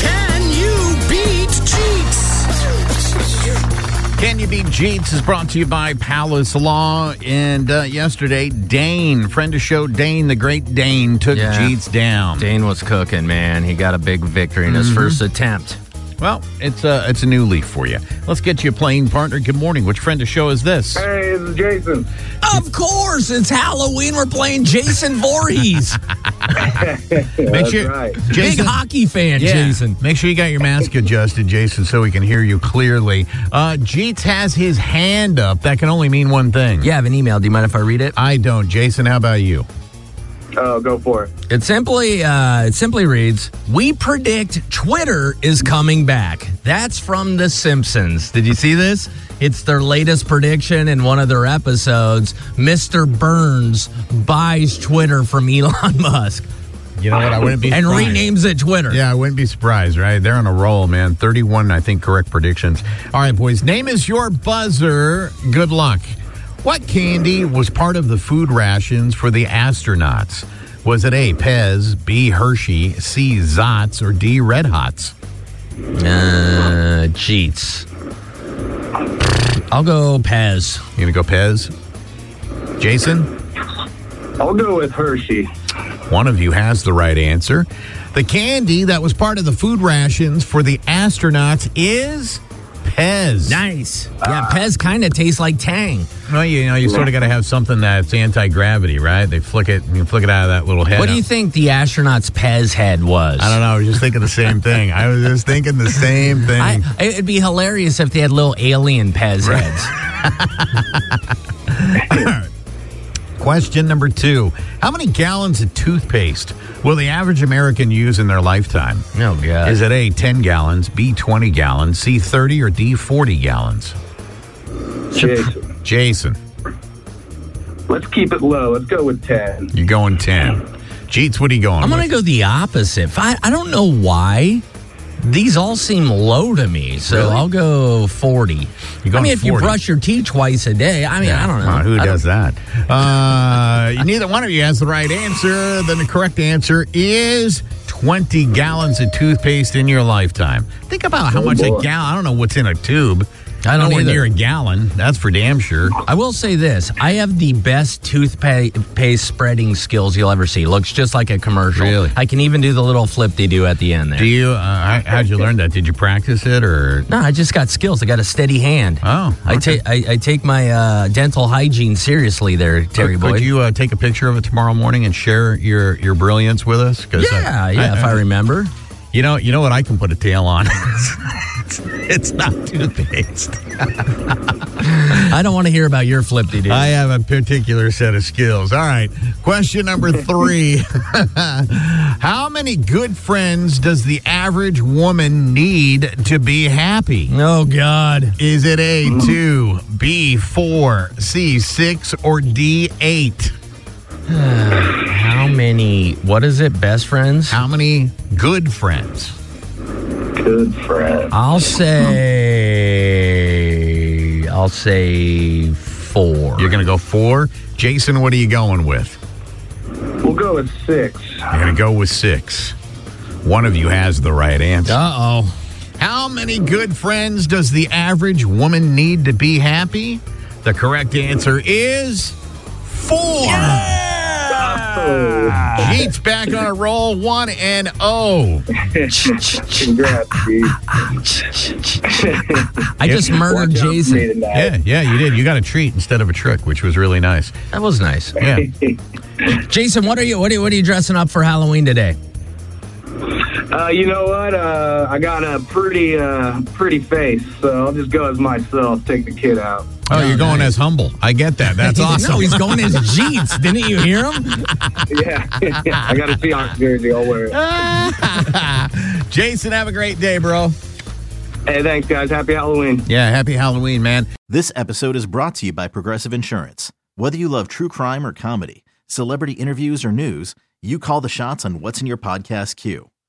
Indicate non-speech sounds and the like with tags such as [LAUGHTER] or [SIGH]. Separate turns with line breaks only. Can You Beat Cheats?
Can You Beat Jeets is brought to you by Palace Law. And uh, yesterday, Dane, friend of show Dane, the great Dane, took
Yeah.
Jeets down.
Dane was cooking, man. He got a big victory in
Mm-hmm.
his first attempt.
Well, it's a, it's a new leaf for you. Let's get you a playing partner. Good morning. Which friend of show is this?
Hey, this is Jason.
Of course, it's Halloween. We're playing Jason Voorhees.
Make
That's
sure,
right.
Big
Jason,
hockey fan,
Yeah.
Jason.
Make sure you got your mask adjusted, Jason, so we can hear you clearly. Uh, Jeets has his hand up. That can only mean one thing.
Yeah, I have an email. Do you mind if I read it?
I don't. Jason, how about you?
Oh, go for it.
It simply uh, it simply reads,
We predict Twitter is coming back.
That's from The Simpsons. Did you see this? It's their latest prediction in one of their episodes. Mr. Burns buys Twitter from [LAUGHS] Elon Musk
You know what? I wouldn't be
and
surprised.
renames it Twitter.
Yeah, I wouldn't be surprised, right? They're on a roll, man. 31, I think, correct predictions. All right, boys. Name is your buzzer. Good luck. What candy was part of the food rations for the astronauts? Was it A, Pez, B, Hershey, C, Zots, or D, Red Hots?
Uh, Jeets. I'll go Pez.
You going to go Pez? Jason?
I'll go with Hershey.
One of you has the right answer. The candy that was part of the food rations for the astronauts is Pez.
Nice. Yeah, Pez kind of tastes like Tang.
Well, you know, you sort of got to have something that's anti gravity, right? They flick it, you flick it out of that little head.
What do you think the astronaut's Pez head was?
I don't know. I was just thinking the same thing. I was just thinking the same thing.
[LAUGHS] I, it'd be hilarious if they had little alien Pez heads.
[LAUGHS] Question number two: How many gallons of toothpaste will the average American use in their lifetime?
Oh, God.
Is it A, 10 gallons, B, 20 gallons, C, 30, or D, 40 gallons?
Jason.
Jason,
Let's keep it low. Let's go with 10.
you're going 10. Jeets, what are you going
I'm going to
with?
go the opposite. I, I don't know why. These all seem low to me, so
Really?
I'll go 40.
You're
I
going
mean, if you
40.
brush your teeth twice a day, I mean, I don't know.
Wow,
I
who
don't-
does that?
[LAUGHS]
Uh, neither one of you has the right answer. Then the correct answer is 20 gallons of toothpaste in your lifetime. Think about how much a
boy.
gallon. I don't know what's in a tube.
I don't
Nowhere
either.
near a gallon. That's for damn sure. Uh,
I will say this: I have the best toothpaste spreading skills you'll ever see. Looks just like a commercial.
Really?
I can even do the little flip they do at the end there.
Do you? Uh, how- how'd you learn that? Did you practice it or?
no, I just got skills. I got a steady hand.
Oh,
I
okay.
take I, I take my uh, dental hygiene seriously, there, Terry
Could-
boy.
Could you uh, take a picture of it tomorrow morning and share your, your brilliance with us? 'Cause, uh,
yeah, yeah. if I remember,
You know, you know what? I can put a tail on. [LAUGHS] it's, it's not toothpaste.
I don't want to hear about your flip they do.
I have a particular set of skills. All right. Question number three [LAUGHS] How many good friends does the average woman need to be happy?
oh God.
Is it A, two, B, four, C, six, or D, eight?
How many? What is it? Best friends?
How many good friends?
Good friend.
I'll say. I'll say 4
You're going to go four. Jason, what are you going with?
go with six.
I'm going to go with six. One of you has the right answer.
Uh oh.
How many good friends does the average woman need to be happy? The correct answer is four.
Oh,
[LAUGHS] Jeet's back on a roll, one and oh.
congrats, Pete.
I just murdered
Watch out for me
Jason.
tonight.
Yeah, yeah, you did. You got a treat instead of a trick, which was really nice.
That was nice.
Yeah.
Jason, what are you what are, what are you dressing up for Halloween today?
[LAUGHS] Uh, you know what? Uh, I got a pretty, uh, pretty face, so I'll just go as myself. Take the kid out. [LAUGHS]
Oh, you're going as humble. I get that. That's
He-
awesome.
[LAUGHS] No, he's going as Jeets. Didn't you hear him?
Yeah, [LAUGHS] I got a Seahawks jersey. I'll wear it.
Jason, have a great day, bro.
Hey, thanks, guys. Happy Halloween.
Yeah, happy Halloween, man.
This episode is brought to you by Progressive Insurance. Whether you love true crime or comedy, celebrity interviews or news, you call the shots on what's in your podcast queue.